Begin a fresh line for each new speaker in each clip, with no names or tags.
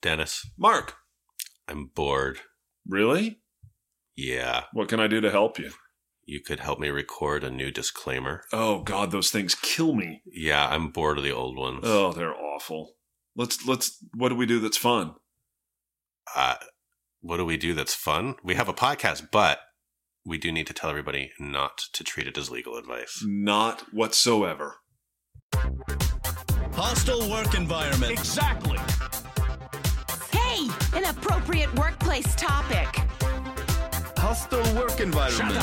Dennis, Mark, I'm bored.
Really?
Yeah,
What can I do to help you?
you could help me record a new disclaimer.
Oh God, those things kill me.
Yeah, I'm bored of the old ones.
Oh, they're awful. Let's let's. What do we do that's fun?
Uh, what do we do that's fun? We have a podcast, but we do need to tell everybody not to treat it as legal advice.
Not whatsoever.
Hostile work environment.
Exactly.
Hey, an appropriate workplace topic.
Hostile work environment.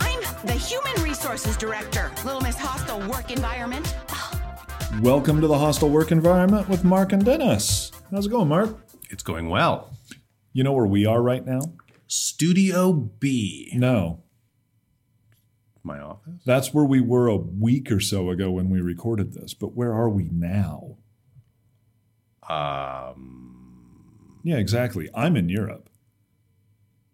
I'm the Human Resources Director, Little Miss Hostile Work Environment.
Welcome to the hostile work environment with Mark and Dennis. How's it going, Mark?
It's going well.
You know where we are right now?
Studio B.
No.
My office?
That's where we were a week or so ago when we recorded this, but where are we now?
Um,
Yeah, exactly. I'm in Europe.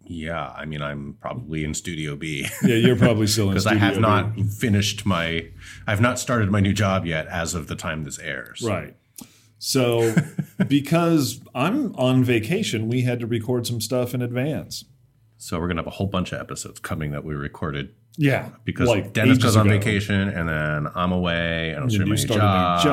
yeah, I mean, I'm probably in Studio B
Yeah, you're probably still in
because I have
Studio
not
B.
finished my, I've not started my new job yet as of the time this airs.
Right. So, because I'm on vacation, we had to record some stuff in advance.
So we're going to have a whole bunch of episodes coming that we recorded
Yeah.
because
like
Dennis
ages
goes on
ago.
vacation and then I'm away and I'm
And then
starting
you
my new
start
job,
a new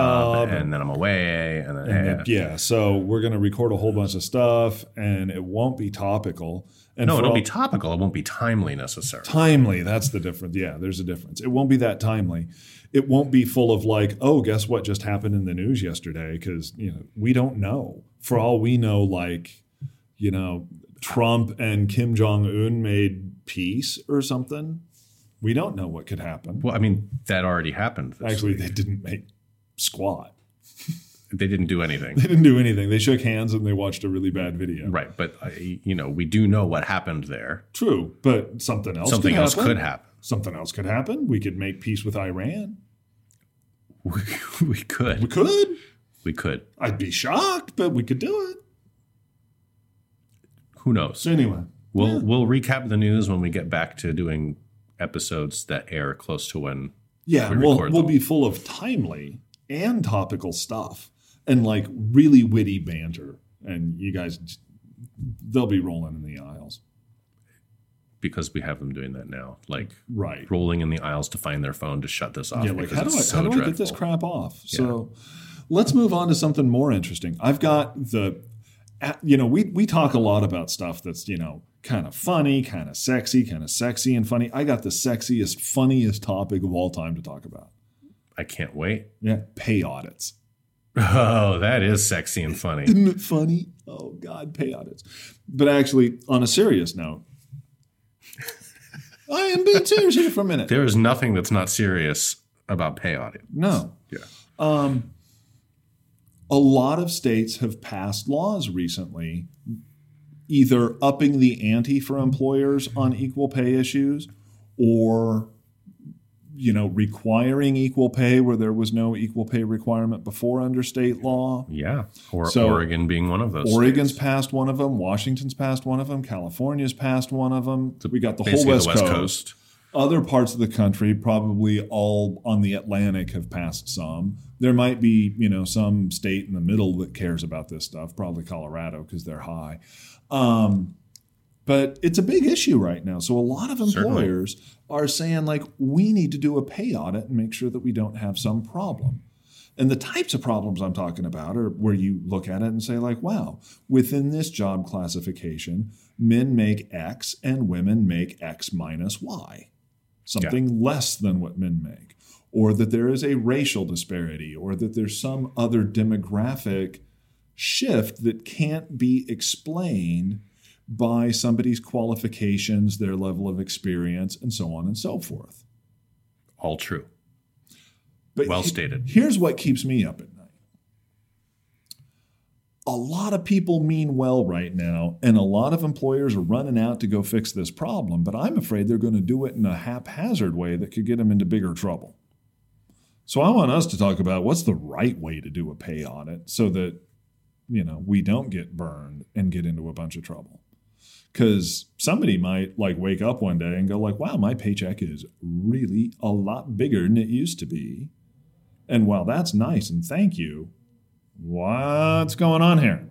job,
and then I'm away and then,
And
yeah.
then- yeah. So, we're going to record a whole bunch of stuff and it won't be topical. And
no,
for
it'll
all-
be topical. It won't be timely necessarily.
timely that's the difference yeah there's a difference it won't be that timely it won't be full of like oh guess what just happened in the news yesterday because you know we don't know for all we know like you know trump and kim jong-un made peace or something we don't know what could happen
well, I mean, that already happened. This
actually
week.
they didn't make squat
they didn't do anything.
they didn't do anything they shook hands and they watched a really bad video
Right, but I, you know, we do know what happened there.
true but something else
Something
could
else
happen.
could happen.
something else could happen we could make peace with iran
We, we
we
could.
could
We could.
I'd be shocked, but we could do it.
Who knows?
So anyway,
We'll we'll recap the news when we get back to doing episodes that air close to when.
yeah,
We
we'll
record
we'll
them.
be full of timely and topical stuff and like really witty banter, and you guys, j- they'll be rolling in the aisles,
Because we have them doing that now, like
right?
rolling in the aisles to find their phone to shut this off.
Yeah, like
because
how do I
it's so
how do I get this
dreadful.
crap off? So let's move on to something more interesting. I've got the, a- you know, we we talk a lot about stuff that's you know kind of funny, kind of sexy, kind of sexy and funny. I got the sexiest, funniest topic of all time to talk about.
I can't wait.
Yeah, pay audits.
Oh, that is sexy and funny.
Isn't it funny? Oh God, pay audits. But actually, on a serious note, I am being serious here for a minute.
There is nothing that's not serious about pay audit.
No. Yeah. Um, a lot of states have passed laws recently, either upping the ante for employers on equal pay issues, or you know requiring equal pay where there was no equal pay requirement before under state law.
Yeah, or
So-
Oregon being one of those.
Oregon's
states.
passed one of them. Washington's passed one of them. California's passed one of them. we got the whole
Basically
West, Coast. Other parts of the country, probably all on the Atlantic, have passed some. There might be, you know, some state in the middle that cares about this stuff. Probably Colorado because they're high. Um, but it's a big issue right now. So a lot of
Certainly.
employers are saying, like, we need to do a pay audit and make sure that we don't have some problem. And the types of problems I'm talking about are where you look at it and say, like, wow, within this job classification, men make X and women make X minus Y, something less than what men make, or that there is a racial disparity, or that there's some other demographic shift that can't be explained by somebody's qualifications, their level of experience, and so on and so forth.
All true.
But
Well stated.
Here's what keeps me up at night. A lot of people mean well right now, and a lot of employers are running out to go fix this problem, but I'm afraid they're going to do it in a haphazard way that could get them into bigger trouble. So I want us to talk about what's the right way to do a pay audit so that you know we don't get burned and get into a bunch of trouble. Cause somebody might like wake up one day and go like, wow, my paycheck is really a lot bigger than it used to be. And while that's nice and thank you, what's going on here?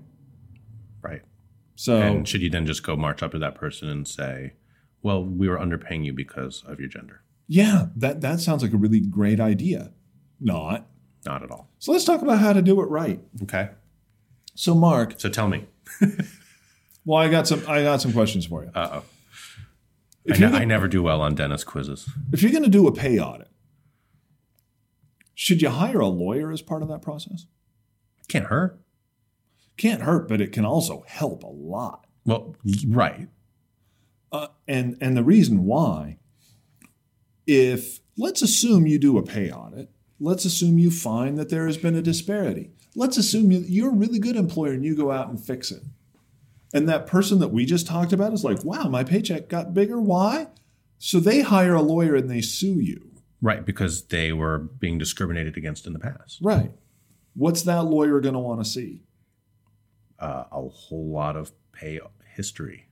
Right.
So
And should you then just go march up to that person and say, well, we were underpaying you because of your gender?
yeah, that that sounds like a really great idea. Not.
Not at all.
So let's talk about how to do it right.
Okay.
So Mark,
So tell me.
well, I got some I got some questions for you.
Uh oh. I,
If you're
ne-
the-
I never do well on dentist quizzes.
If you're going to do a pay audit, should you hire a lawyer as part of that process?
Can't hurt.
Can't hurt, but it can also help a lot.
Well, y- right.
Uh, and and the reason why, if let's assume you do a pay audit, let's assume you find that there has been a disparity. Let's assume you, you're a really good employer and you go out and fix it. And that person that we just talked about is like, wow, my paycheck got bigger. Why? So they hire a lawyer and they sue you.
Right. Because they were being discriminated against in the past.
Right. What's that lawyer going to want to see?
Uh, a whole lot of pay history.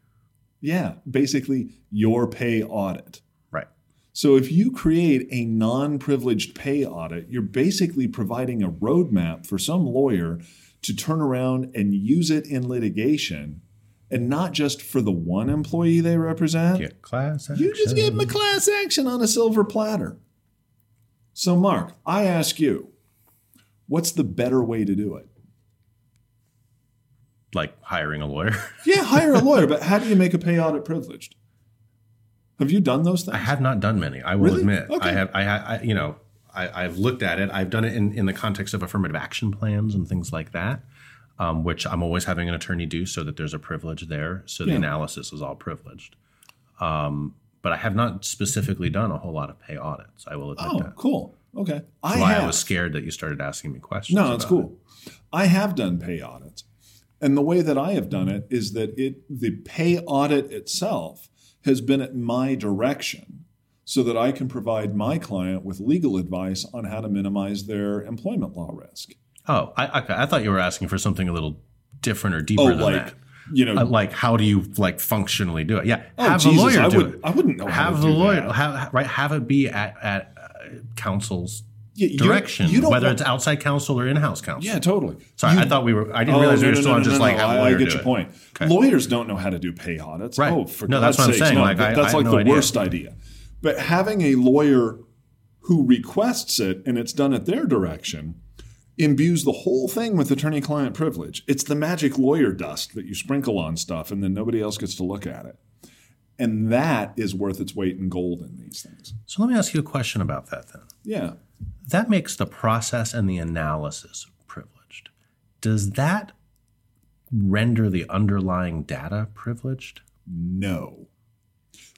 Yeah, basically your pay audit.
Right.
So if you create a non privileged pay audit, you're basically providing a roadmap for some lawyer to turn around and use it in litigation and not just for the one employee they represent.
Get class action.
You just give them a class action on a silver platter. So, Mark, I ask you, what's the better way to do it?
like hiring a lawyer.
Yeah, hire a lawyer, but how do you make a pay audit privileged? Have you done those things?
I have not done many. I will
Really?
admit.
Okay.
I have. I, ha- I you know. I, I've looked at it. I've done it in, in the context of affirmative action plans and things like that, um, which I'm always having an attorney do so that there's a privilege there. So the
Yeah.
analysis is all privileged. Um, but I have not specifically done a whole lot of pay audits. I will admit
Oh,
that.
cool. Okay. I
That's why
have.
I was scared that you started asking me questions.
no, it's
about
cool. I have done pay audits. And the way that I have done it is that it the pay audit itself has been at my direction so that I can provide my client with legal advice on how to minimize their employment law risk.
it. Oh, I, okay. I thought you were asking for something a little different or deeper
Oh,
than
like
that.
you know,
Uh, like, how do you like functionally do it? Yeah,
oh
have
Jesus,
a lawyer
I
do
would
it.
I wouldn't know how
have
to
the
do
lawyer
that.
have, right have it be at, at uh, counsel's
Yeah, you're-
direction
you don't
whether
want-
it's outside counsel or in-house counsel
Yeah, totally.
sorry i
You- Oh,
thought we were i didn't realize we were still on just like have a
I- I
lawyer
get
do
your
it.
point.
Okay.
Lawyers don't know how to do pay audits.
Right.
Oh, for
No,
God's
that's what I'm
sakes,
saying.
No,
Like,
that-
I- I
that's
have
like
no
the
idea.
worst idea. But having a lawyer who requests it and it's done at their direction imbues the whole thing with attorney-client privilege. It's the magic lawyer dust that you sprinkle on stuff, and then nobody else gets to look at it. And that is worth its weight in gold in these things.
so let me ask you a question about that then
Yeah.
that makes the process and the analysis privileged does that render the underlying data privileged
No.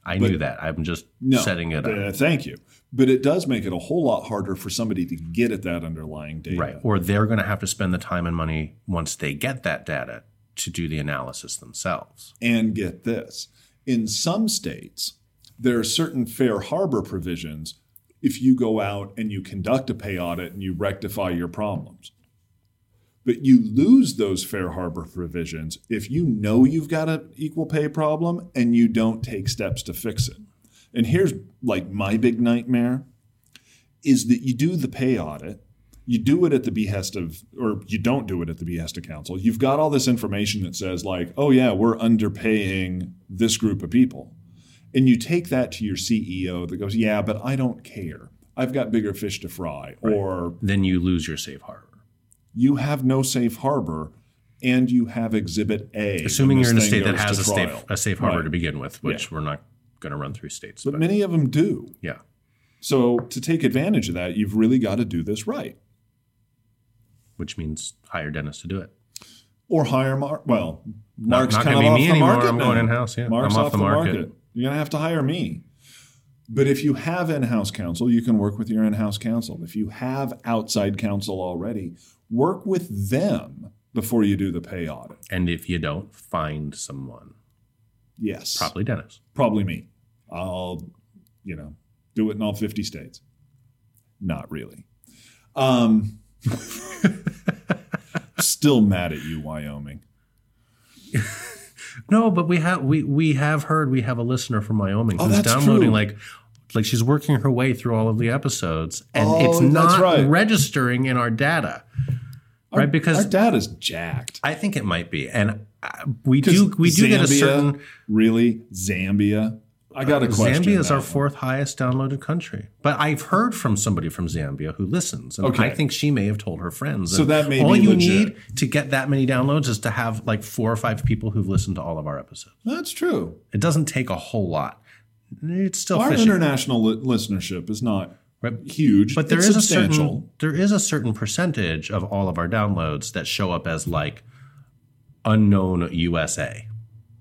i
But-
knew that i'm just
No.
setting it up
Uh, thank you. But it does make it a whole lot harder for somebody to get at that underlying data.
Right. Or they're going to have to spend the time and money once they get that data to do the analysis themselves.
And get this in some states, there are certain fair harbor provisions if you go out and you conduct a pay audit and you rectify your problems. But you lose those fair harbor provisions if you know you've got an equal pay problem and you don't take steps to fix it. And here's like my big nightmare is that you do the pay audit you do it at the behest of or you don't do it at the behest of council you've got all this information that says like oh yeah we're underpaying this group of people and you take that to your ceo that goes yeah but i don't care i've got bigger fish to fry or
Then you lose your safe harbor.
you have no safe harbor and you have exhibit a when
Assuming you're
this
in a
thing
state that
goes
has
to
a safe,
trial.
a safe harbor
Right.
to begin with, which we're not going to run through states. But,
but many of them do
yeah.
so to take advantage of that you've really got to do this right
Which means hire dentists to do it.
or hire Mark. Well, Mark's
not
kind of
gonna be
off
me
the
anymore.
market.
I'm
now.
going in-house, yeah.
Mark's
I'm
off, the market. You're gonna have to hire me. But if you have in-house counsel, you can work with your in-house counsel. If you have outside counsel already, work with them before you do the pay audit.
And if you don't, find someone,
Yes,
probably dentists.
probably me. I'll, you know, do it in all 50 states. Not really. Um, still mad at you, Wyoming.
No, but we have we we have heard we have a listener from Wyoming
Oh,
who's
that's
downloading
true.
like like she's working her way through all of the episodes and
Oh,
it's
that's
not
right.
registering in our data. right? Because
Our data is jacked.
I think it might be, and uh, we do we do get a
Zambia-
certain.
really Zambia. I got a question.
Zambia is
now.
Uh, our fourth highest downloaded country, but I've heard from somebody from Zambia who listens, and
Okay.
I think she may have told her friends.
So
and
that may
all
be
you
legit.
need to get that many downloads is to have like four or five people who've listened to all of our episodes.
That's true.
It doesn't take a whole lot. It's still
Our
fishy,
international li- listenership is not
right?
huge,
but there
It's
is a
substantial.
certain there is a certain percentage of all of our downloads that show up as like unknown USA.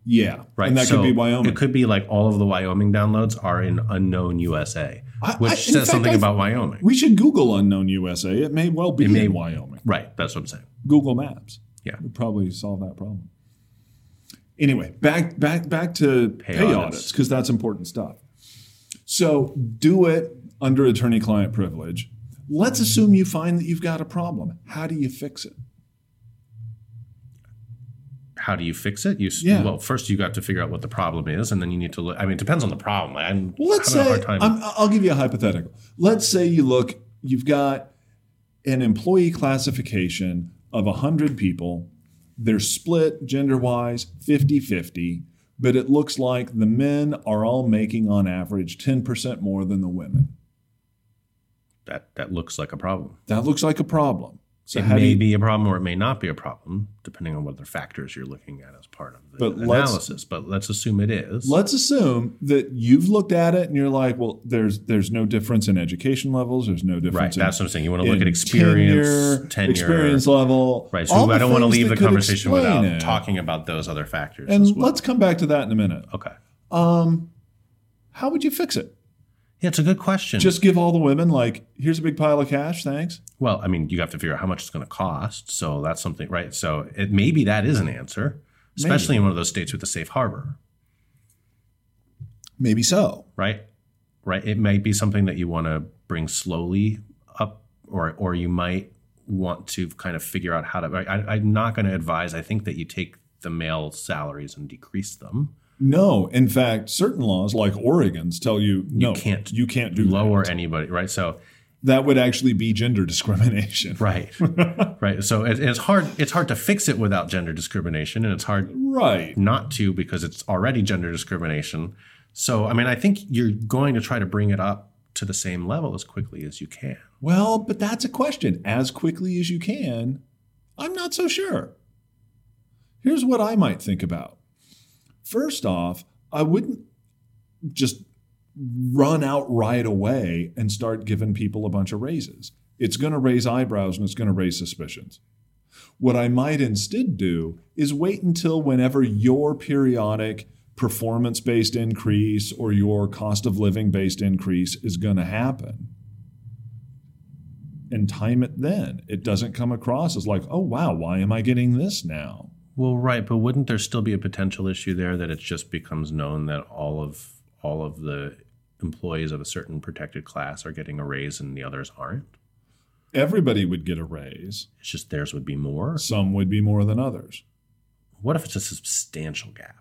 yeah,
Right.
and that
So
could be Wyoming.
It could be like all of the Wyoming downloads are in unknown USA,
I-
which
I- in
says
fact,
something
I've-
about Wyoming.
we should Google unknown USA. It may well be
It may-
in Wyoming.
right. That's what I'm saying.
Google Maps
Yeah.
would probably solve that problem. Anyway, back back back to pay,
audits.
audits because that's important stuff. So do it under attorney-client privilege. Let's assume you find that you've got a problem. How do you fix it?
How do you fix it? You s-
Yeah.
well, first you got to figure out what the problem is, and then you need to look. I mean, it depends on the problem. I'm
Well, let's
having a
say
hard time.
I'm, I'll give you a hypothetical. Let's say you look, you've got an employee classification of 100 people. They're split gender wise 50 50, but it looks like the men are all making on average 10% more than the women.
that that looks like a problem.
That looks like a problem. So,
it
how do
may
you,
be a problem or it may not be a problem, depending on what other factors you're looking at as part of the
But let's-
analysis. But let's assume it is.
let's assume that you've looked at it and you're like, well, there's there's no difference in education levels, there's no difference
right.
in
That's what I'm saying. You want to look
in
at experience, tenure,
experience level.
Right. So
all
I don't want to
things
leave
that
the
could
conversation
explain
without
it.
talking about those other factors.
And
as well.
let's come back to that in a minute.
Okay.
Um, how would you fix it?
Yeah, it's a good question.
Just give all the women like, here's a big pile of cash, thanks.
well, I mean, you have to figure out how much it's going to cost. So that's something, right? So it, maybe that is an answer, especially in one of those states with a safe harbor,
Maybe so.
right? Right. It might be something that you want to bring slowly up, or or you might want to kind of figure out how to. I, I'm not going to advise. I think that you take the male salaries and decrease them,
No, in fact, certain laws like Oregon's tell you no,
can't
you can't do
lower
that.
anybody, right? So
That would actually be gender discrimination.
right, right. So it, it's hard. It's hard to fix it without gender discrimination, and it's hard
Right.
not to because it's already gender discrimination. So, I mean, I think you're going to try to bring it up to the same level as quickly as you can.
Well, but that's a question. As quickly as you can, I'm not so sure. Here's what I might think about. First off, I wouldn't just run out right away and start giving people a bunch of raises. It's going to raise eyebrows and it's going to raise suspicions. What I might instead do is wait until whenever your periodic performance based increase or your cost of living based increase is going to happen and time it then. It doesn't come across as like, oh, wow, why am I getting this now?
Well, right, but wouldn't there still be a potential issue there that it just becomes known that all of all of the employees of a certain protected class are getting a raise and the others aren't?
Everybody would get a raise,
It's just theirs would be more.
some would be more than others.
What if it's a substantial gap?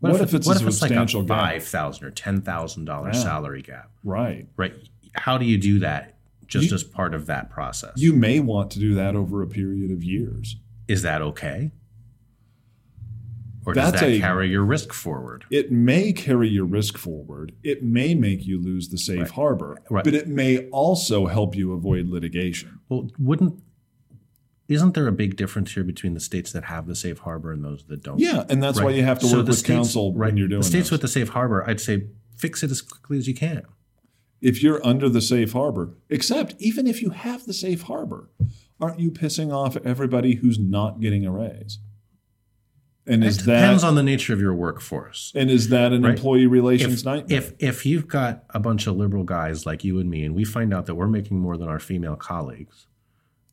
What if it's a substantial
like a
gap?
five thousand or ten thousand dollar
Yeah.
salary gap?
Right.
Right. How do you do that? Just
You-
as part of that process.
You may want to do that over a period of years.
is that okay? Or does
That's
that
a-
carry your risk forward?
It may carry your risk forward. It may make you lose the safe
Right.
harbor,
Right.
but it may also help you avoid litigation.
Well, wouldn't isn't there a big difference here between the states that have the safe harbor and those that don't?
Yeah, and that's why
Right.
you have to
So
work
the
with
states-
counsel when you're doing
the states
this.
with the safe harbor. I'd say fix it as quickly as you can.
if you're under the safe harbor, except even if you have the safe harbor, aren't you pissing off everybody who's not getting a raise? And
It
is
depends
that
on the nature of your workforce.
and is that an
Right.
employee relations
if,
nightmare?
if if you've got a bunch of liberal guys like you and me, and we find out that we're making more than our female colleagues,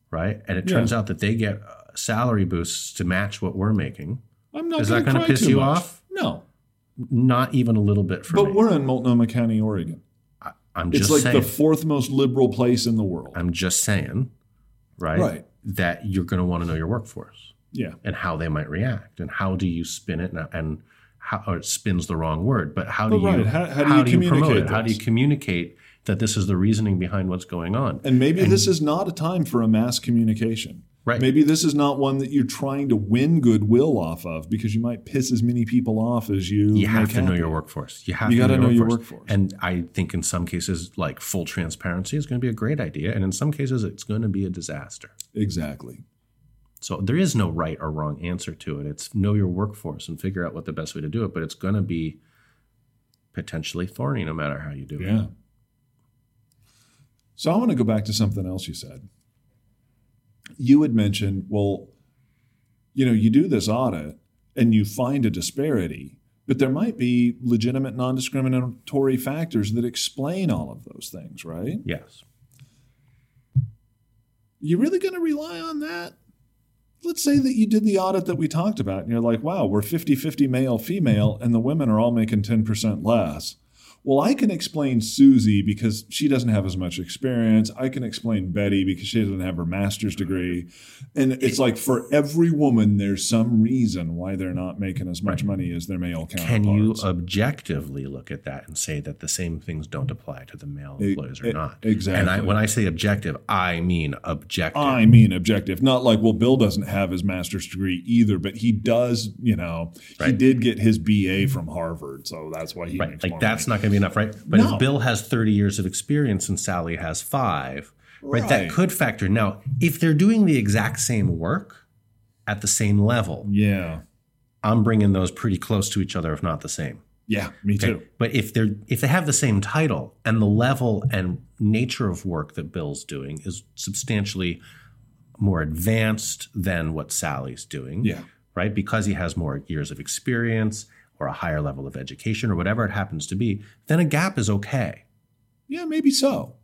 right? And it
Yeah.
turns out that they get uh, salary boosts to match what we're making.
I'm not
is that
going
gonna
to
piss you off?
No,
Not even a little bit for
but
me.
we're in Multnomah County, Oregon.
I, I'm
It's
just
like
saying.
the fourth most liberal place in the world.
I'm just saying, right?
Right.
That you're going to want to know your workforce
yeah,
and how they might react, and how do you spin it, and, and how or it spins the wrong word, but how do
But right,
you
how- how do
promote
you
it?
communicate
How do you
this?
communicate that this is the reasoning behind what's going on?
and maybe this is not a time for a mass communication.
Right.
Maybe this is not one that you're trying to win goodwill off of because you might piss as many people off as you.
you have
make
to know
happy.
your workforce. You have
You
to
gotta
know,
know your workforce.
And I think in some cases, like full transparency is going to be a great idea, and in some cases, it's going to be a disaster.
Exactly.
So there is no right or wrong answer to it. It's know your workforce and figure out what the best way to do it. But it's going to be potentially thorny, no matter how you do it.
Yeah. So I want to go back to something else you said. You had mentioned, well, you know, you do this audit and you find a disparity, but there might be legitimate non discriminatory factors that explain all of those things, right?
Yes.
you really going to rely on that? Let's say that you did the audit that we talked about and you're like, wow, we're 50 50 male female and the women are all making 10% less. Well, I can explain Susie because she doesn't have as much experience. I can explain Betty because she doesn't have her master's degree. And it's like for every woman, there's some reason why they're not making as much money as their male counterparts.
Can you objectively look at that and say that the same things don't apply to the male
E-
employees or
e-
not? And I,
exactly.
when I say objective, I mean objective.
I mean, objective. Not like, well, Bill doesn't have his master's degree either, but he does, you know, he
Right.
did get his BA from Harvard. So that's why he
right
makes
like
more
that's not
money.
going to be enough right but
No.
if bill has 30 years of experience and sally has five right,
Right.
that could factor now if they're doing the exact same work at the same level
Yeah.
i'm bringing those pretty close to each other if not the same
Yeah. Me too.
but if they're if they have the same title and the level and nature of work that bill's doing is substantially more advanced than what sally's doing
Yeah.
right? Because he has more years of experience or a higher level of education or whatever it happens to be, then a gap is okay.
Yeah. Maybe so.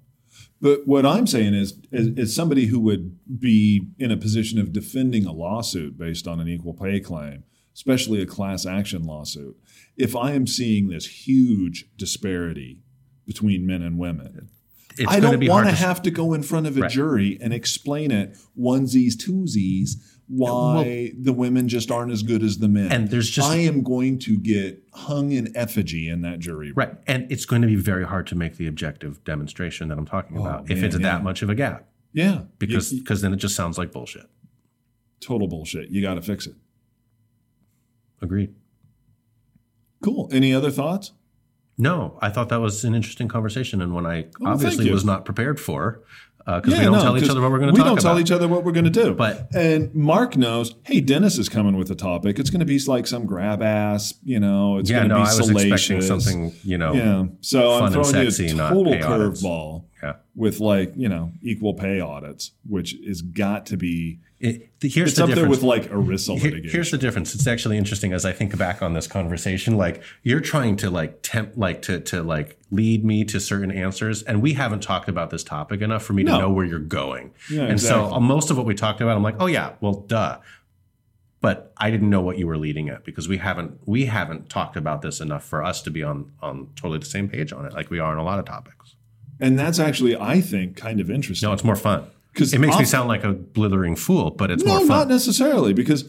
But what I'm saying is, as, as somebody who would be in a position of defending a lawsuit based on an equal pay claim, especially a class action lawsuit, if I am seeing this huge disparity between men and women,
It's
I
gonna
don't want to
s-
have to go in front of a
Right.
jury and explain it onesies, twosies, why the women just aren't as good as the men.
And there's just-
I am going to get hung in effigy in that jury. room.
right, and it's going to be very hard to make the objective demonstration that I'm talking about if
Oh, man,
it's
yeah.
that much of a gap
Yeah.
because
You-
because then it just sounds like bullshit.
total bullshit. You got to fix it.
Agreed.
Cool. Any other thoughts?
No, I thought that was an interesting conversation and one I
Oh, thank
obviously
you.
was not prepared for because we don't tell each
'cause
other what we're going to
We
talk
don't
about.
tell each other what we're going to do.
But-
and Mark knows, hey, Dennis is coming with a topic. It's going to be like some grab ass, you know, it's
yeah,
going to
no, I
be
was expecting
salacious.
something, you know,
Yeah. So I'm
Oh, fun and
throwing
sexy,
you a
not
total
pay audits.
curveball
yeah.
with like, you know, equal pay audits, which is got to be
It- the- here's
it's
the
up there
difference.
with like ERISA
Here-
litigation.
here's the difference it's actually interesting as i think back on this conversation like you're trying to like tempt like to to like lead me to certain answers and we haven't talked about this topic enough for me
No.
to know where you're going
Yeah,
and so uh, most of what we talked about i'm like oh yeah well duh but i didn't know what you were leading at because we haven't we haven't talked about this enough for us to be on on totally the same page on it like we are on a lot of topics
and that's actually, I think, kind of interesting.
no it's more fun
'Cause
it makes
I'll-
me sound like a blithering fool but it's
No,
more
not
fun
necessarily, because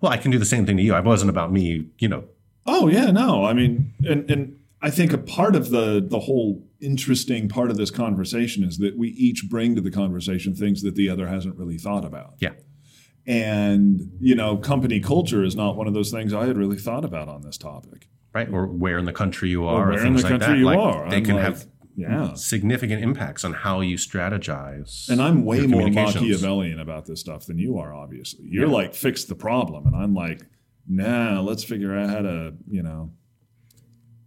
well i can do the same thing to you i wasn't about me you know
Oh yeah, no. I mean, and and I think a part of the the whole interesting part of this conversation is that we each bring to the conversation things that the other hasn't really thought about.
Yeah.
And you know, company culture is not one of those things I had really thought about on this topic.
right? Or where in the country you
Or
are, or,
where in
things
the
like
country
that.
you
like,
are.
They
I'm
can
like,
have
yeah.
significant impacts on how you strategize.
And I'm way
your
more
communications.
Machiavellian about this stuff than you are, obviously. You're like fix the problem, and I'm like, nah, let's figure out how to, you know,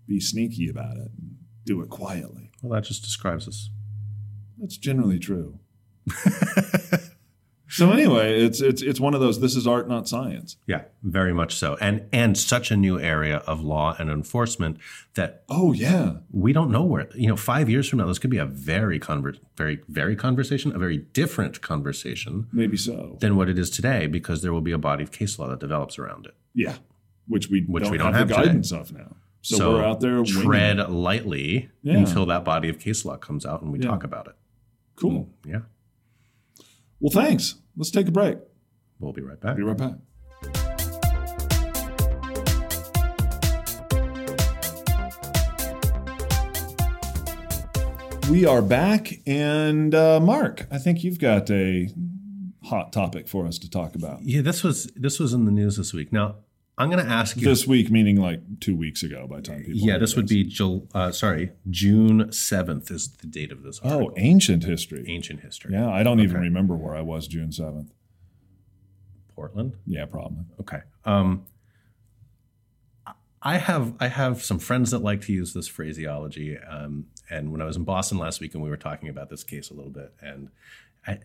be sneaky about it, and do it quietly.
Well, that just describes us.
That's generally true. so anyway, it's it's it's one of those. This is art, not science.
Yeah, very much so. And and such a new area of law and enforcement that
Oh yeah,
we don't know where you know. Five years from now, this could be a very conver- very very conversation, a very different conversation
maybe so.
than what it is today, because there will be a body of case law that develops around it.
Yeah, which we
Which
don't,
we don't
have, the
have today.
guidance of now. So, we're out there. winging
tread
it.
lightly
Yeah.
until that body of case law comes out and we
Yeah.
talk about it.
Cool.
Yeah,
Well, thanks. Let's take a break.
we'll be right back.
Be right back. We are back, and uh, Mark, I think you've got a hot topic for us to talk about
Yeah, this was this was in the news this week. Now I'm going to ask you.
this week, meaning like two weeks ago. By the time people,
yeah,
hear
this would be Jul- uh, sorry June seventh is the date of this.
oh,
Article.
ancient history.
ancient history.
Yeah, I don't even remember where I was June seventh.
Portland.
Yeah, probably.
Okay. Um, I have I have some friends that like to use this phraseology. Um, and when I was in Boston last week, and we were talking about this case a little bit, and I,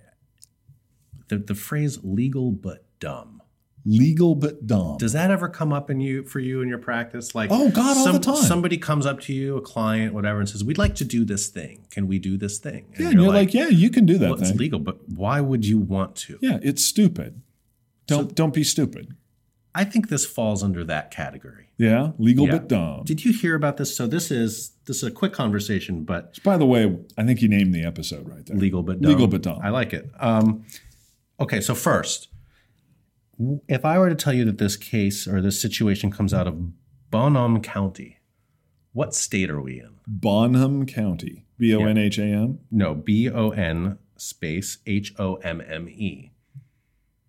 the the phrase "legal but dumb."
Legal but dumb.
Does that ever come up in you for you in your practice? Like,
Oh, God, all the time.
Somebody comes up to you, a client, whatever, and says, "We'd like to do this thing. Can we do this thing?"
yeah, and you're like, yeah, you can do that
well, it's
thing.
legal, but why would you want to?
Yeah, it's stupid. Don't don't be stupid.
I think this falls under that category.
Yeah, legal
Yeah.
but dumb.
Did you hear about this? So this is this is a quick conversation, but
By the way, I think you named the episode right there.
legal but dumb.
Legal but dumb.
I like it. Um, okay, so first, w- if I were to tell you that this case or this situation comes out of Bonham County, what state are we in?
Bonham County. B O N H A M.
No, B O N space H O M M E.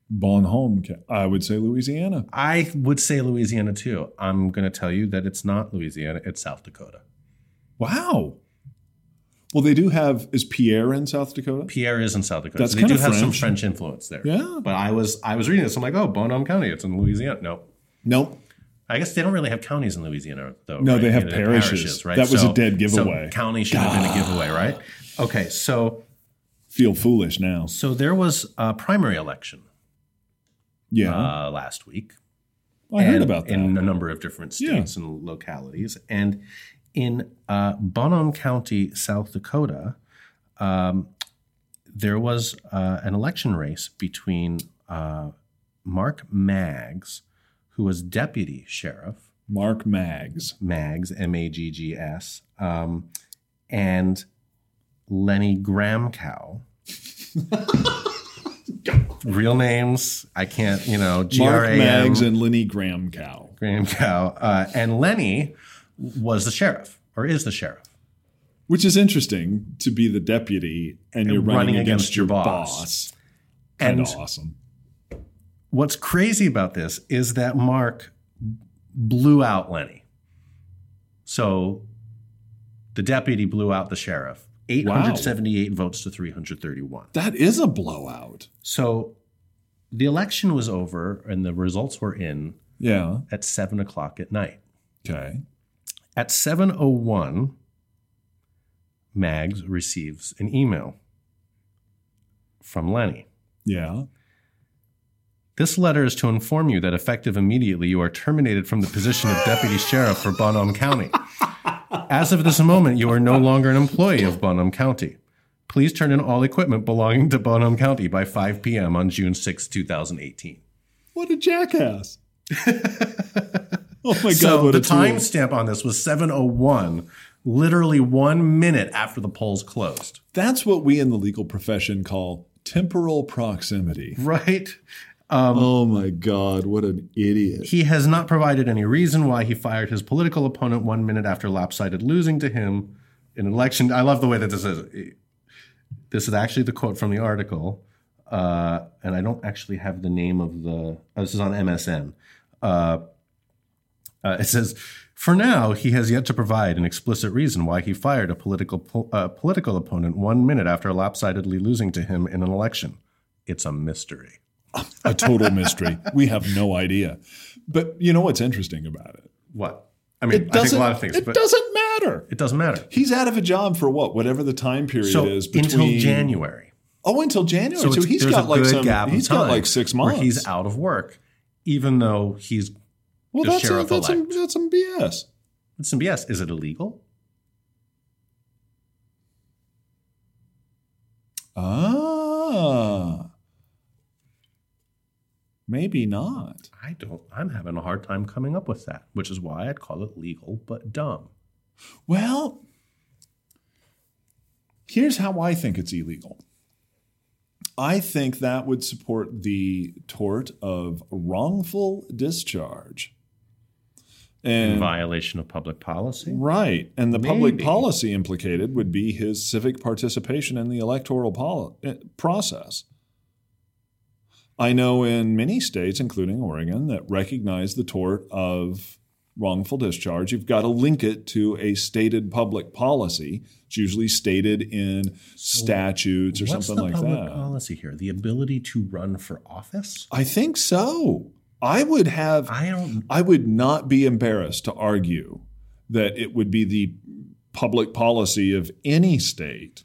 Bonham. Ca- I would say Louisiana.
I would say Louisiana too. I'm going to tell you that it's not Louisiana, it's South Dakota.
Wow. Well, they do have. Is Pierre in South Dakota?
Pierre is in South Dakota.
That's
so they
kinda
do have some
French.
French influence there.
Yeah.
But I was I was reading this. I'm like, oh, Bonhomme County. It's in Louisiana. No.
Nope.
I guess they don't really have counties in Louisiana, though.
No,
right?
they have
They're
parishes. That was a dead
so
giveaway.
county should have been a giveaway, right? Okay, so
Feel foolish now.
so there was a primary election
Yeah,
uh, last week.
I heard
and- uh,
about that.
in a number of different
Yeah.
states and localities. And in uh, Bonham County, South Dakota, um, there was uh, an election race between uh, Mark Maggs, who was deputy sheriff,
Mark Maggs.
Maggs, M A G G S, um, and Lenny Gramcow. Real names, I can't, you know, G R
Mark
A M.
Maggs and Lenny Graham Cow.
Graham Cow. Uh, and Lenny was the sheriff, or is the sheriff.
Which is interesting to be the deputy and you're running, against, your boss.
And
Kinda awesome.
what's crazy about this is that Mark blew out Lenny. So the deputy blew out the sheriff. 878 votes to 331.
That is a blowout.
So the election was over and the results were in
Yeah.
at 7 o'clock at night.
Okay.
At 7:01, Mags receives an email from Lenny.
Yeah.
This letter is to inform you that effective immediately you are terminated from the position of deputy sheriff for Bonham County. As of this moment, you are no longer an employee of Bonham County. Please turn in all equipment belonging to Bonham County by 5 p.m. on June 6, 2018.
What a jackass. oh my God.
so
what
the
a tool.
timestamp on this was 7:01, literally 1 minute after the polls closed.
That's what we in the legal profession call temporal proximity.
right?
oh my God. What an idiot.
He has not provided any reason why he fired his political opponent one minute after lopsided losing to him in an election. I love the way that this is. This is actually the quote from the article, uh, and I don't actually have the name of the. Oh, this is on MSN. Uh, uh, it says, for now, he has yet to provide an explicit reason why he fired a political po- uh, political opponent one minute after lopsidedly losing to him in an election. It's a mystery.
a total mystery. We have no idea. But you know what's interesting about it?
What? I mean, I think a lot of things,
it
but
doesn't matter.
it doesn't matter.
He's out of a job for what? Whatever the time period
So
is between
until January.
Oh, until January. So,
it's-
he's
there's
got
a
like
good
some.
gap of
He's got
time
like six
where
months.
he's out of work, even though he's
Well,
the
that's a,
sheriff
that's, some,
elect.
that's some BS.
it's some BS. Is it illegal?
Ah, maybe not.
I don't. I'm having a hard time coming up with that, which is why I'd call it legal but dumb.
Well, here's how I think it's illegal. I think that would support the tort of wrongful discharge.
In
And
violation of public policy.
Right. And the public
Maybe.
policy implicated would be his civic participation in the electoral poli- eh, process. I know in many states, including Oregon, that recognize the tort of wrongful discharge, you've got to link it to a stated public policy. It's usually stated in statutes or
What's
something
the
like
public
that.
policy here? The ability to run for office?
I think so. I would have
I don't.
I would not be embarrassed to argue that it would be the public policy of any state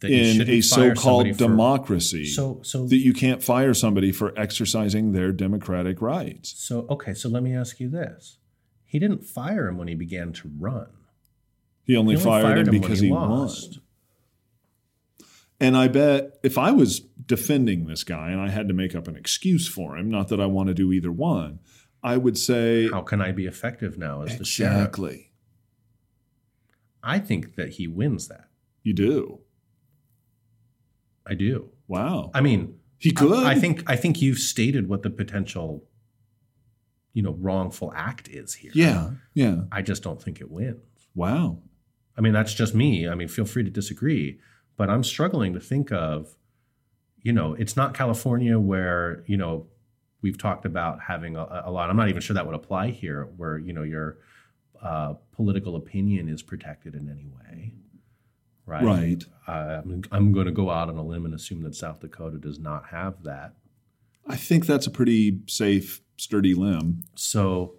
That you
in
shouldn't
a
fire somebody
so-called
for-
democracy
So so
that you can't fire somebody for exercising their democratic rights.
so okay. So let me ask you this: He didn't fire him when he began to run.
He only,
He only
fired, him
when
because he, won. And I bet if I was defending this guy and I had to make up an excuse for him, not that I want to do either one, I would say
How can I be effective now as the sheriff?
exactly.
I think that he wins that.
You do.
I do.
Wow.
I mean,
he could.
I think I think you've stated what the potential, you know, wrongful act is here.
Yeah. Yeah.
I just don't think it wins.
Wow.
I mean, that's just me. I mean, feel free to disagree, but I'm struggling to think of, you know, it's not California where, you know, we've talked about having a, a lot. I'm not even sure that would apply here where, you know, your uh, political opinion is protected in any way. Right.
Right.
Uh, I'm, I'm going to go out on a limb and assume that South Dakota does not have that.
I think that's a pretty safe, sturdy limb.
So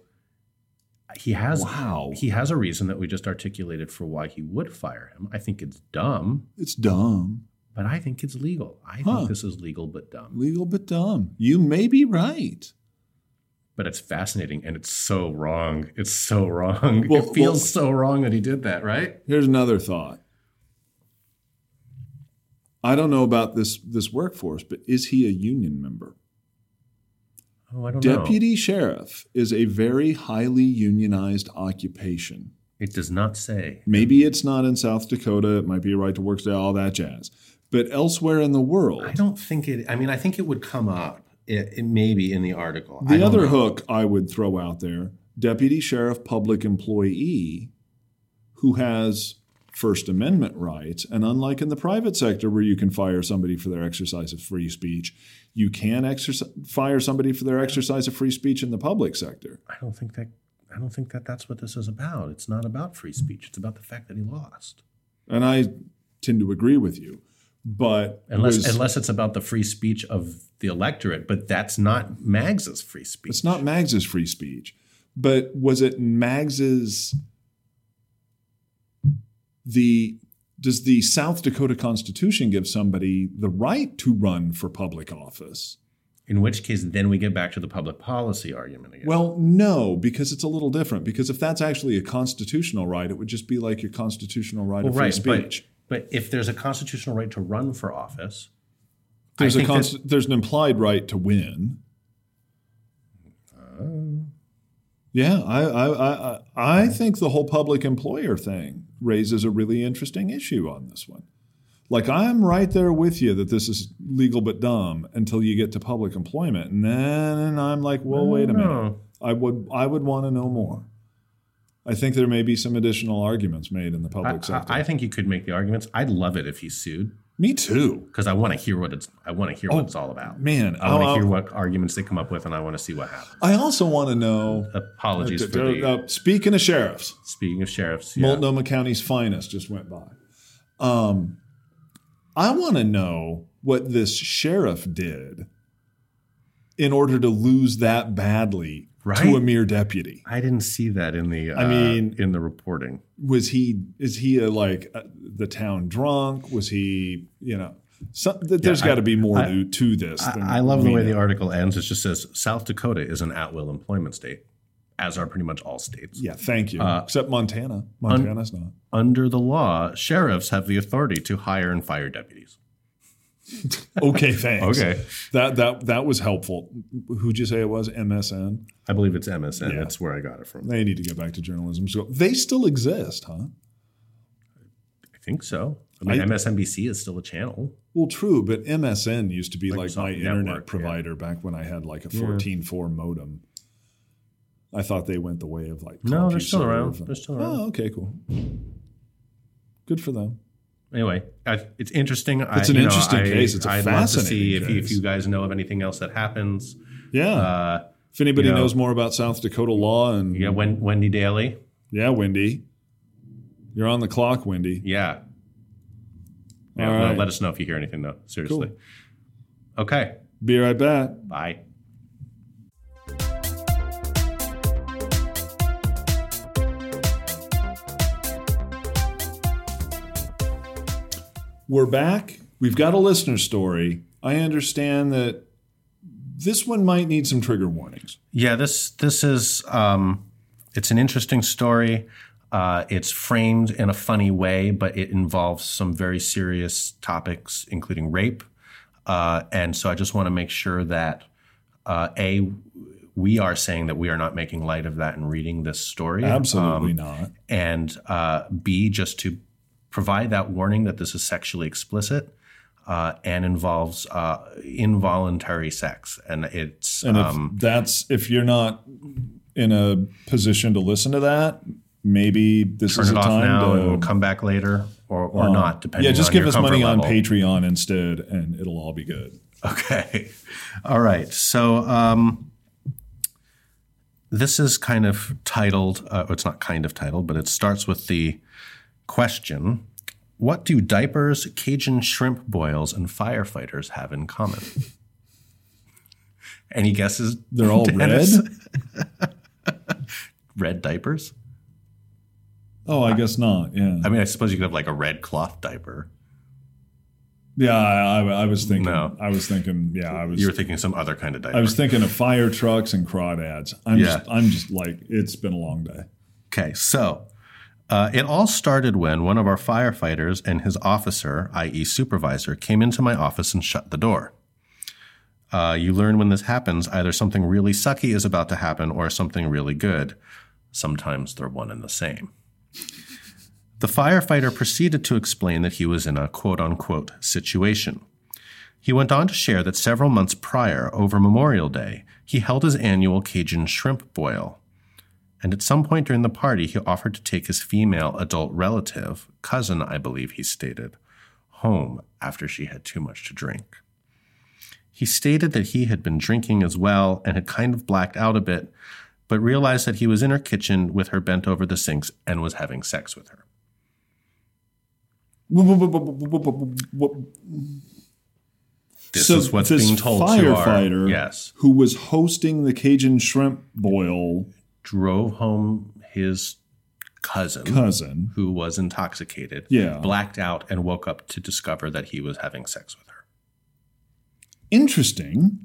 he has
Wow.
he has a reason that we just articulated for why he would fire him. I think it's dumb,
It's dumb.
but I think it's legal. I
Huh.
think this is legal but dumb.
Legal but dumb. You may be right.
But it's fascinating and it's so wrong. It's so wrong.
Well-
it feels
well-
so wrong that he did that, right?
Here's another thought. I don't know about this this workforce, but is he a union member?
Oh, I don't know.
Deputy sheriff is a very highly unionized occupation.
It does not say.
Maybe it's not in South Dakota, it might be a right to work state, all that jazz. But elsewhere in the world,
I don't think it I mean, I think it would come up. It, it maybe in the article. I
the
don't
other
know.
hook I would throw out there deputy sheriff, public employee who has First Amendment rights. And unlike in the private sector where you can fire somebody for their exercise of free speech, you can exerci- fire somebody for their exercise of free speech in the public sector.
I don't think that I don't think that that's what this is about. It's not about free speech. It's about the fact that he lost.
And I tend to agree with you. But
unless
was-
unless it's about the free speech of the electorate, but that's not Mags's free speech.
It's not Mags's free speech, but was it Mags's the does the South Dakota Constitution give somebody the right to run for public office?
In which case, then we get back to the public policy argument again.
Well, no, because it's a little different. Because if that's actually a constitutional right, it would just be like your constitutional right
Well,
of
right,
free
but,
speech.
but if there's a constitutional right to run for office, I
There's a
think that-
const- there's an implied right to win.
Oh.
Yeah, I I, I I I think the whole public employer thing raises a really interesting issue on this one. Like I'm right there with you that this is legal but dumb until you get to public employment, and then I'm like, well, wait a minute.
no.
I would I would want to know more. I think there may be some additional arguments made in the
I,
public sector.
I, I think you could make the arguments. I'd love it if he sued
Me too,
because I want to hear what it's I want to hear
Oh,
what it's all about.
man.
I want to
oh,
hear what arguments they come up with, and I want to see what happens.
I also want to know.
Apologies for the
Uh, speaking of sheriffs,
speaking of sheriffs. yeah.
Multnomah County's finest just went by. Um, I want to know what this sheriff did in order to lose that badly
Right?
to a mere deputy.
I didn't see that in the. Uh,
I mean-
in the reporting.
Was he? Is he a, like uh, the town drunk? Was he? You know, some, th- there's
I-
got to be more
I-
to, to this. than
I, uh, I love the
we
way the
know.
article ends. It just says South Dakota is an at will employment state, as are pretty much all states.
Yeah, thank you.
Uh,
Except Montana. Montana's not.
Under the law, sheriffs have the authority to hire and fire deputies.
Okay, thanks. That that that was helpful. Who'd you say it was? MSN.
I believe it's MSN.
Yeah.
That's where I got it from.
They need to get back to journalism school. They still exist, huh?
I think so. I mean,
I-
MSNBC is still a channel.
Well, true, but MSN used to be like,
Microsoft
my
Network, yeah.
internet provider back when I had like a 14.4 modem. I thought they went the way of like
No, they're
CompuServe
still around.
and-
They're still around.
Oh, okay, cool. Good for them.
anyway, I, it's interesting.
It's
I,
an
you know,
interesting
I,
case. It's a
I'd love to
fascinating
see if, if
case.
you guys know of anything else that happens.
Yeah.
Uh,
if anybody
you know-
knows more about South Dakota law and
yeah, Wen- Wendy Daly.
yeah, Wendy, you're on the clock, Wendy.
Yeah. Yeah,
All
well,
right.
Let us know if you hear anything though. Seriously. Okay.
Be right back.
Bye.
We're back. We've got a listener story. I understand that this one might need some trigger warnings.
Yeah, this this is um, it's an interesting story. Uh, it's framed in a funny way, but it involves some very serious topics, including rape. Uh, and so, I just want to make sure that uh, a we are saying that we are not making light of that in reading this story.
Absolutely
Um,
not.
and uh, B, just to provide that warning that this is sexually explicit uh, and involves uh, involuntary sex. And it's
And if
um,
that's if you're not in a position to listen to that, maybe this
turn
is
it
a
off
time
now
to Uh,
and we'll come back later or, or not, depending
Yeah, just
on
give
your
us
comfort
money on
level.
Patreon instead, and it'll all be good.
Okay. All right. So um, this is kind of titled, uh, it's not kind of titled, but it starts with the question What do diapers, Cajun shrimp boils, and firefighters have in common? Any guesses?
They're all red.
Dennis? Red diapers?
Oh, I guess not. Yeah,
I mean, I suppose you could have like a red cloth diaper.
yeah. I, I, I was thinking.
No.
I was thinking. Yeah, I was.
You were thinking some other kind of diaper.
I was thinking of fire trucks and crawdads. I'm
Yeah.
just. I'm just like it's been a long day.
Okay, so uh, it all started when one of our firefighters and his officer, i.e., supervisor, came into my office and shut the door. Uh, you learn when this happens either something really sucky is about to happen or something really good. Sometimes they're one and the same. The firefighter proceeded to explain that he was in a quote unquote situation. He went on to share that several months prior, over Memorial Day, he held his annual Cajun shrimp boil and at some point during the party, he offered to take his female adult relative, cousin, I believe he stated, home after she had too much to drink. He stated that he had been drinking as well and had kind of blacked out a bit, but realized that he was in her kitchen with her bent over the sinks and was having sex with her. This
So
is what's
this
being told to
firefighter
our yes
who was hosting the Cajun shrimp boil
drove home his cousin
cousin.
who was intoxicated,
Yeah.
blacked out, and woke up to discover that he was having sex with her.
Interesting.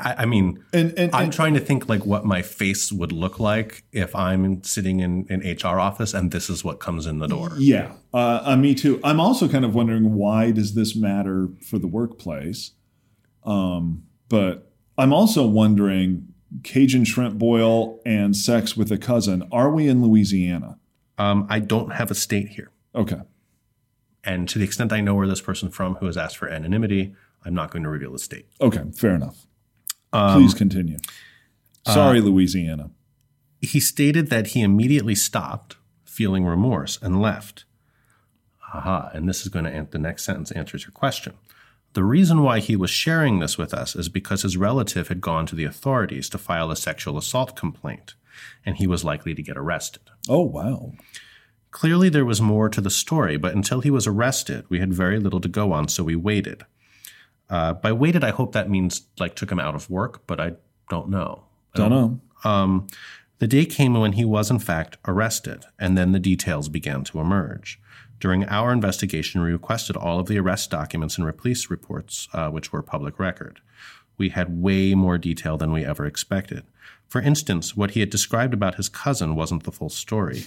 I, I mean,
And and,
I'm
and-
trying to think like what my face would look like if I'm sitting in an HR office and this is what comes in the door.
yeah, uh, uh, me too. I'm also kind of wondering why does this matter for the workplace? Um, but I'm also wondering Cajun shrimp boil and sex with a cousin. Are we in Louisiana?
Um, I don't have a state here,
Okay.
and to the extent I know where this person from who has asked for anonymity, I'm not going to reveal the state.
Okay. Fair enough.
Um,
Please continue.
uh,
Sorry, Louisiana.
He stated that he immediately stopped, feeling remorse, and left. Aha, and this is going to an- the next sentence answers your question. The reason why he was sharing this with us is because his relative had gone to the authorities to file a sexual assault complaint, and he was likely to get arrested.
Oh wow.
Clearly, there was more to the story, but until he was arrested, we had very little to go on, so we waited. Uh, by waited, I hope that means like took him out of work, but I don't know. I
Don't know.
um, the day came when he was, in fact, arrested, and then the details began to emerge. During our investigation, we requested all of the arrest documents and police reports, uh, which were public record. We had way more detail than we ever expected. For instance, what he had described about his cousin wasn't the full story.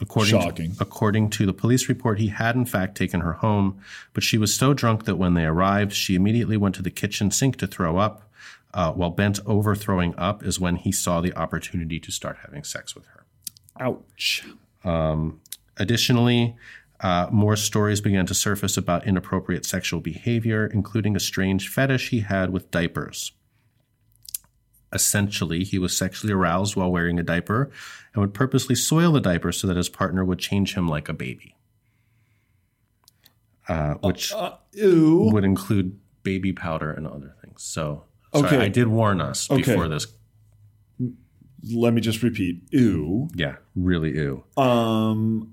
According
Shocking.
To, according to the police report, he had in fact taken her home, but she was so drunk that when they arrived, she immediately went to the kitchen sink to throw up. Uh, while bent over throwing up is when he saw the opportunity to start having sex with her.
Ouch.
Additionally, uh, more stories began to surface about inappropriate sexual behavior, including a strange fetish he had with diapers. Essentially, he was sexually aroused while wearing a diaper and would purposely soil the diaper so that his partner would change him like a baby. uh, which
Uh, ew.
would include baby powder and other things. So, sorry,
Okay.
I did warn us
Okay.
before this.
Let me just repeat. Ew.
Yeah, really ew.
Um,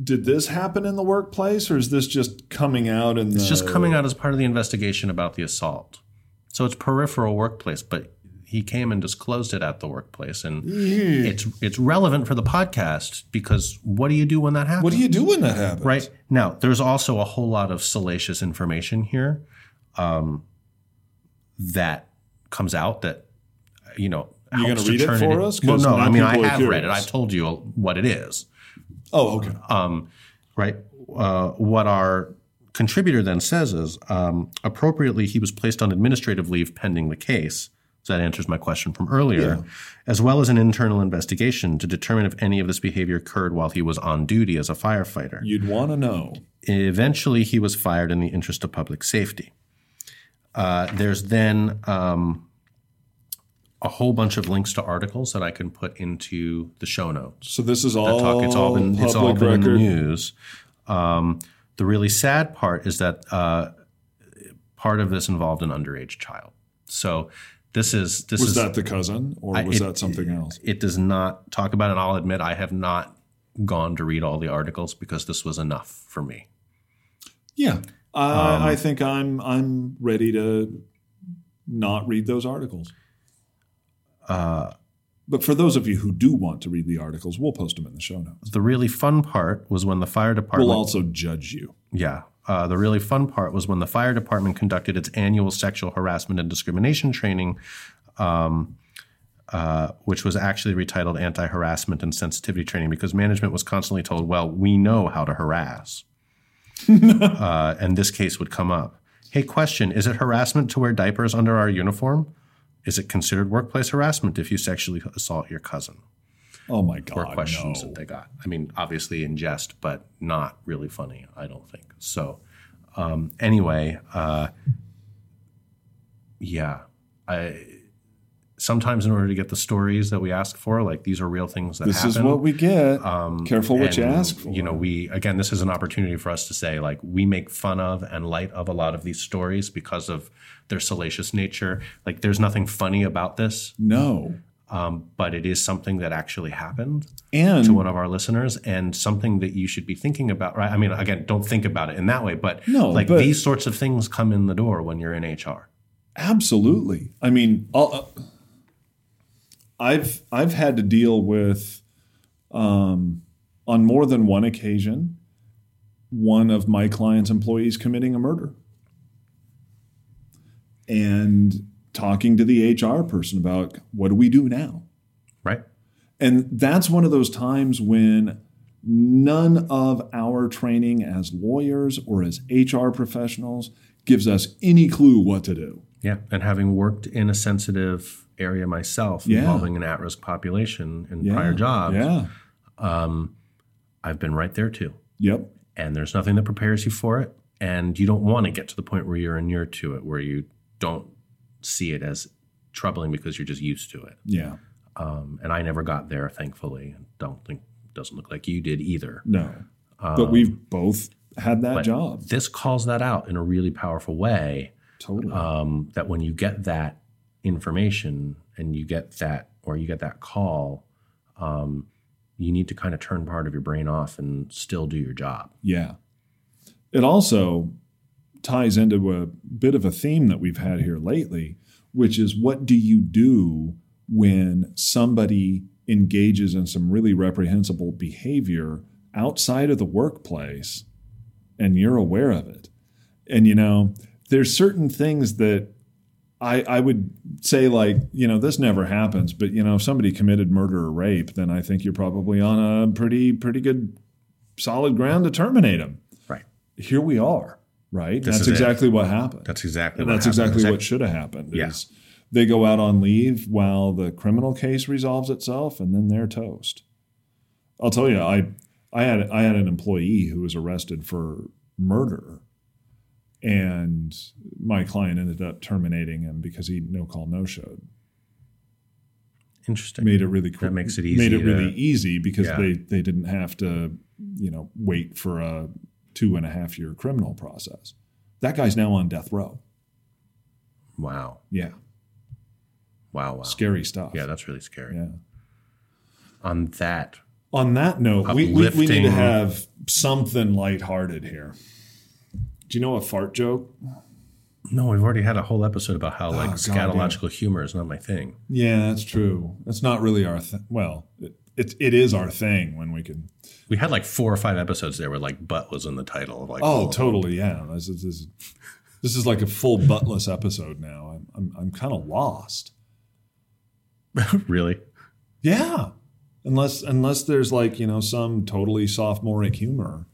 did this happen in the workplace, or is this just coming out? And
It's just coming out as part of the investigation about the assault. So it's peripheral workplace, but he came and disclosed it at the workplace, and
Mm-hmm.
it's it's relevant for the podcast because what do you do when that happens?
What do you do when that happens?
Right now, there's also a whole lot of salacious information here um, that comes out that you know.
You gonna
helps to
read it
turn
for
in-
us? 'Cause
Well, no.
now
I mean, I
people are
have read it.
curious.
I've told you what it is
Oh, okay.
um, right? Uh, what our contributor then says is um, appropriately, he was placed on administrative leave pending the case. So that answers my question from earlier, as well as an internal investigation to determine if any of this behavior occurred while he was on duty as a firefighter.
You'd want to know.
Eventually, he was fired in the interest of public safety. Uh, there's then um, a whole bunch of links to articles that I can put into the show notes
So this is all
that talk. It's all been it's all
public
been in the
record.
news. Um, the really sad part is that uh, part of this involved an underage child. So this is this
Was
is
that the cousin, or
I-
was
it-
that something else?
it does not talk about it. I'll admit I have not gone to read all the articles because this was enough for me.
Yeah, I,
Um,
I think I'm I'm ready to not read those articles.
Uh,
But for those of you who do want to read the articles, we'll post them in the show notes.
the really fun part was when the fire department
We'll also judge you.
Yeah. Uh, the really fun part was when the fire department conducted its annual sexual harassment and discrimination training, um, uh, which was actually retitled anti harassment and sensitivity training because management was constantly told, well, we know how to harass. uh, and this case would come up. Hey, question Is it harassment to wear diapers under our uniform? Is it considered workplace harassment if you sexually assault your cousin?
Oh my God!
were questions
no.
that they got. I mean, obviously in jest, but not really funny, I don't think. So, um, anyway, uh, yeah, I sometimes in order to get the stories that we ask for, like these are real things that
This
happen.
is what we get.
um,
Careful what you
and,
ask for.
You know, we again, this is an opportunity for us to say, like, we make fun of and light of a lot of these stories because of their salacious nature. Like, there's nothing funny about this,
no,
um, but it is something that actually happened
and
to one of our listeners and something that you should be thinking about right i mean again don't think about it in that way but
No,
like
but-
these sorts of things come in the door when you're in hr
Absolutely. I mean, I'll, uh, I've I've had to deal with, um, on more than one occasion, one of my client's employees committing a murder, and talking to the HR person about what do we do now.
right
And that's one of those times when none of our training as lawyers or as HR professionals gives us any clue what to do.
yeah and having worked in a sensitive area myself
Yeah.
involving an at-risk population in
Yeah.
prior jobs
Yeah.
um, i've been right there too
Yep.
and there's nothing that prepares you for it and you don't want to get to the point where you're inured to it where you don't see it as troubling because you're just used to it
Yeah.
um, and I never got there, thankfully. and Don't think doesn't look like you did either.
No. but we've both had that
Um, but
job.
This calls that out in a really powerful way.
Totally.
Um, that when you get that information and you get that or you get that call, um, you need to kind of turn part of your brain off and still do your job.
yeah. It also ties into a bit of a theme that we've had here lately, which is what do you do when somebody engages in some really reprehensible behavior outside of the workplace and you're aware of it? And, you know, there's certain things that I, I would say like you know this never happens but you know if somebody committed murder or rape then i think you're probably on a pretty pretty good solid ground to terminate them
Right.
here we are right
This
that's
is it.
exactly what hacking.
That's exactly.
And
what
that's
happened.
exactly
Exact-
what should have happened.
Yeah.
Is they go out on leave while the criminal case resolves itself, and then they're toast. I'll tell you, I I had I had an employee who was arrested for murder, and my client ended up terminating him because he no call no showed.
Interesting.
Made it really quick.
That makes it
Made
easy
it really
to-
easy because
Yeah.
they they didn't have to you know wait for a two and a half year criminal process. That guy's now on death row.
Wow.
Yeah.
Wow. Wow.
Scary stuff.
Yeah, that's really scary.
Yeah.
On that,
On that note, we, we, we need
Uplifting.
to have something lighthearted here. Do you know a fart joke?
no, we've already had a whole episode about how like
Oh, God,
scatological humor is not my thing.
Yeah, that's true. That's not really our thing. Well, it, it, it is our thing when we can.
We had like four or five episodes there where like butt was in the title of like all
Oh,
of
totally. Yeah. This is, this, is, this is like a full buttless episode now. I'm, I'm, I'm kind of lost.
them. really?
Yeah. Unless, unless there's like, you know, some totally sophomoric humor.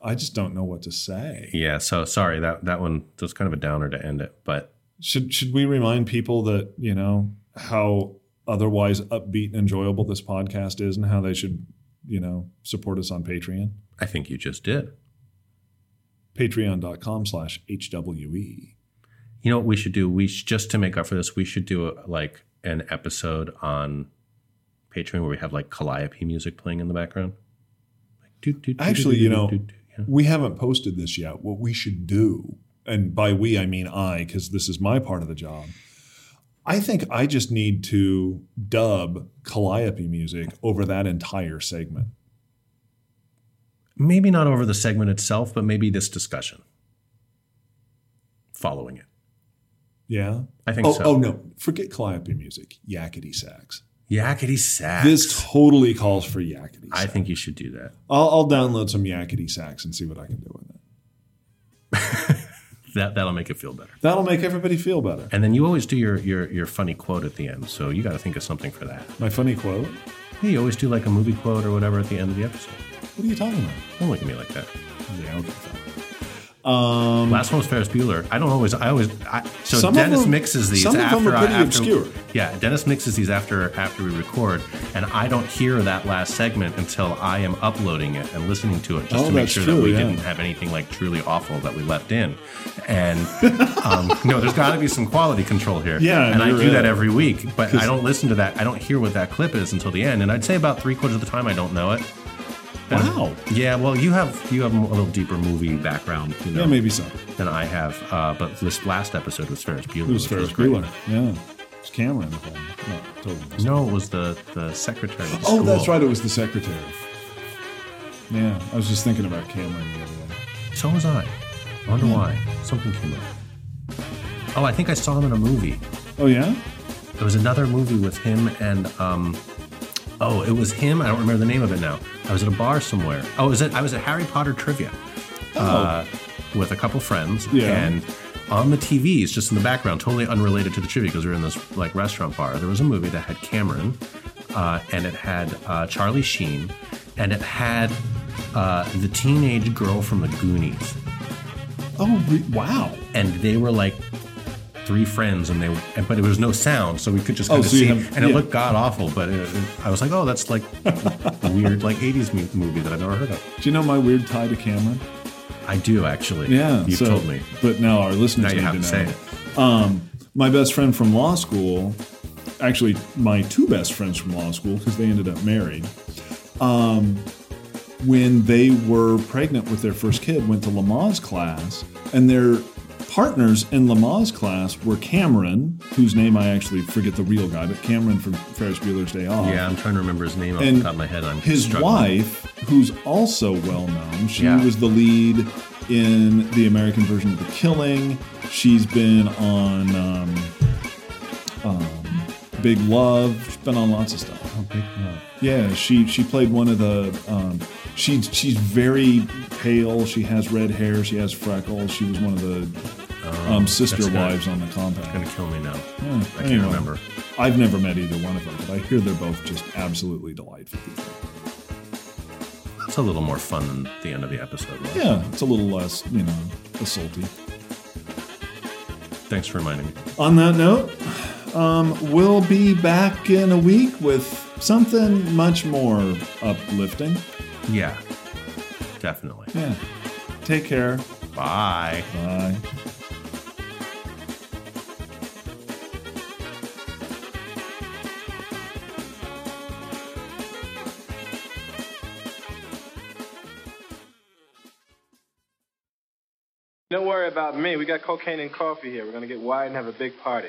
I just don't know what to say.
Yeah. So sorry that that one that was kind of a downer to end it, but
Should should we remind people that you know how otherwise upbeat and enjoyable this podcast is, and how they should you know support us on Patreon?
I think you just did.
Patreon.com slash E. hwe.
You know what we should do? We sh- just to make up for this, we should do a, like an episode on Patreon where we have like calliope music playing in the background. Like, doo, doo, doo,
Actually,
doo,
you
doo,
know,
doo, doo, yeah.
We haven't posted this yet. What we should do, and by we I mean I, because this is my part of the job. I think I just need to dub Calliope music over that entire segment.
maybe not over the segment itself, but maybe this discussion following it.
Yeah.
I think
Oh,
so.
oh no! Forget Calliope music. Yakety sax.
Yakety sax.
This totally calls for yakety.
I
sax.
think you should do that.
I'll, I'll download some yakety sax and see what I can do with it.
That that'll make it feel better.
That'll make everybody feel better.
And then you always do your your your funny quote at the end, so you got to think of something for that.
My funny quote.
Hey, you always do like a movie quote or whatever at the end of the episode.
What are you talking about?
Don't look at me like that.
Yeah. Okay. fine. Um,
Last one was Ferris Bueller. I don't always. I always. I, so
Some of
Dennis
them-
mixes these.
some of them
after
are
I-
pretty
after-
obscure.
Yeah, Dennis mixes these after after we record, and I don't hear that last segment until I am uploading it and listening to it just
Oh,
to make
that's
sure
true,
that we
yeah.
didn't have anything like truly awful that we left in. And um, no, there's got to be some quality control here.
Yeah,
and I
you're
do that
right.
every week, but I don't listen to that. I don't hear what that clip is until the end, and I'd say about three quarters of the time I don't know it.
wow.
Yeah, well, you have you have a little deeper movie background, you know
Yeah, maybe so.
than I have. Uh, but this last episode was Ferris Bueller.
It was
which
Ferris
great.
Bueller. Yeah. It's Cameron. if I'm not totally-
No, it was the the secretary. of the
Oh, that's
school.
right. It was the secretary. Yeah, I was just thinking about Cameron the other day.
So was I. I
Hmm.
wonder why. Something came up. Oh, I think I saw him in a movie.
Oh yeah.
There was another movie with him and um, oh, it was him. I don't remember the name of it now. I was at a bar somewhere. Oh, it was at, I was at Harry Potter trivia. uh, with a couple friends
Yeah.
and on the TVs, just in the background, totally unrelated to the trivia because we were in this like restaurant bar. There was a movie that had Cameron, uh, and it had uh, Charlie Sheen, and it had uh, the teenage girl from the Goonies,
Oh re- wow.
and they were like three friends, and they were, and- but it was no sound, so we could just kind of
Oh, so you
see,
have-
and it
yeah.
looked god awful. But it, I was like, oh, that's like a weird like '80s mu- movie that I've never heard of.
Do you know my weird tie to Cameron?
I do actually.
Yeah,
you
so-
told me.
But now our
Now
listeners
you have
need to,
to say
know.
it.
Um, my best friend from law school, actually my two best friends from law school because they ended up married. Um, when they were pregnant with their first kid, went to Lama's class, and their partners in Lama's class were Cameron, whose name I actually forget the real guy, but Cameron from Ferris Bueller's Day Off.
Yeah, I'm trying to remember his name off
And
the top of my head. I'm
His
struggling.
wife, who's also well known, she
Yeah.
was the lead in the American version of The Killing. She's been on um, um, Big Love. She's been on lots of stuff.
Oh,
Yeah, she she played one of the. Um, she she's very pale. She has red hair. She has freckles. She was one of the um, sister
Oh, that's good.
wives on the compound.
Gonna kill me now.
Yeah,
I can't
anyway.
remember.
I've never met either one of them, but I hear they're both just absolutely delightful people.
It's a little more fun than the end of the episode. Right?
Yeah, it's a little less, you know, assaulty.
Thanks for reminding me.
On that note, um, we'll be back in a week with something much more uplifting.
Yeah, definitely.
Yeah. Take care.
Bye.
Bye.
Don't worry about me. We got cocaine and coffee here. We're going to get wide and have a big party.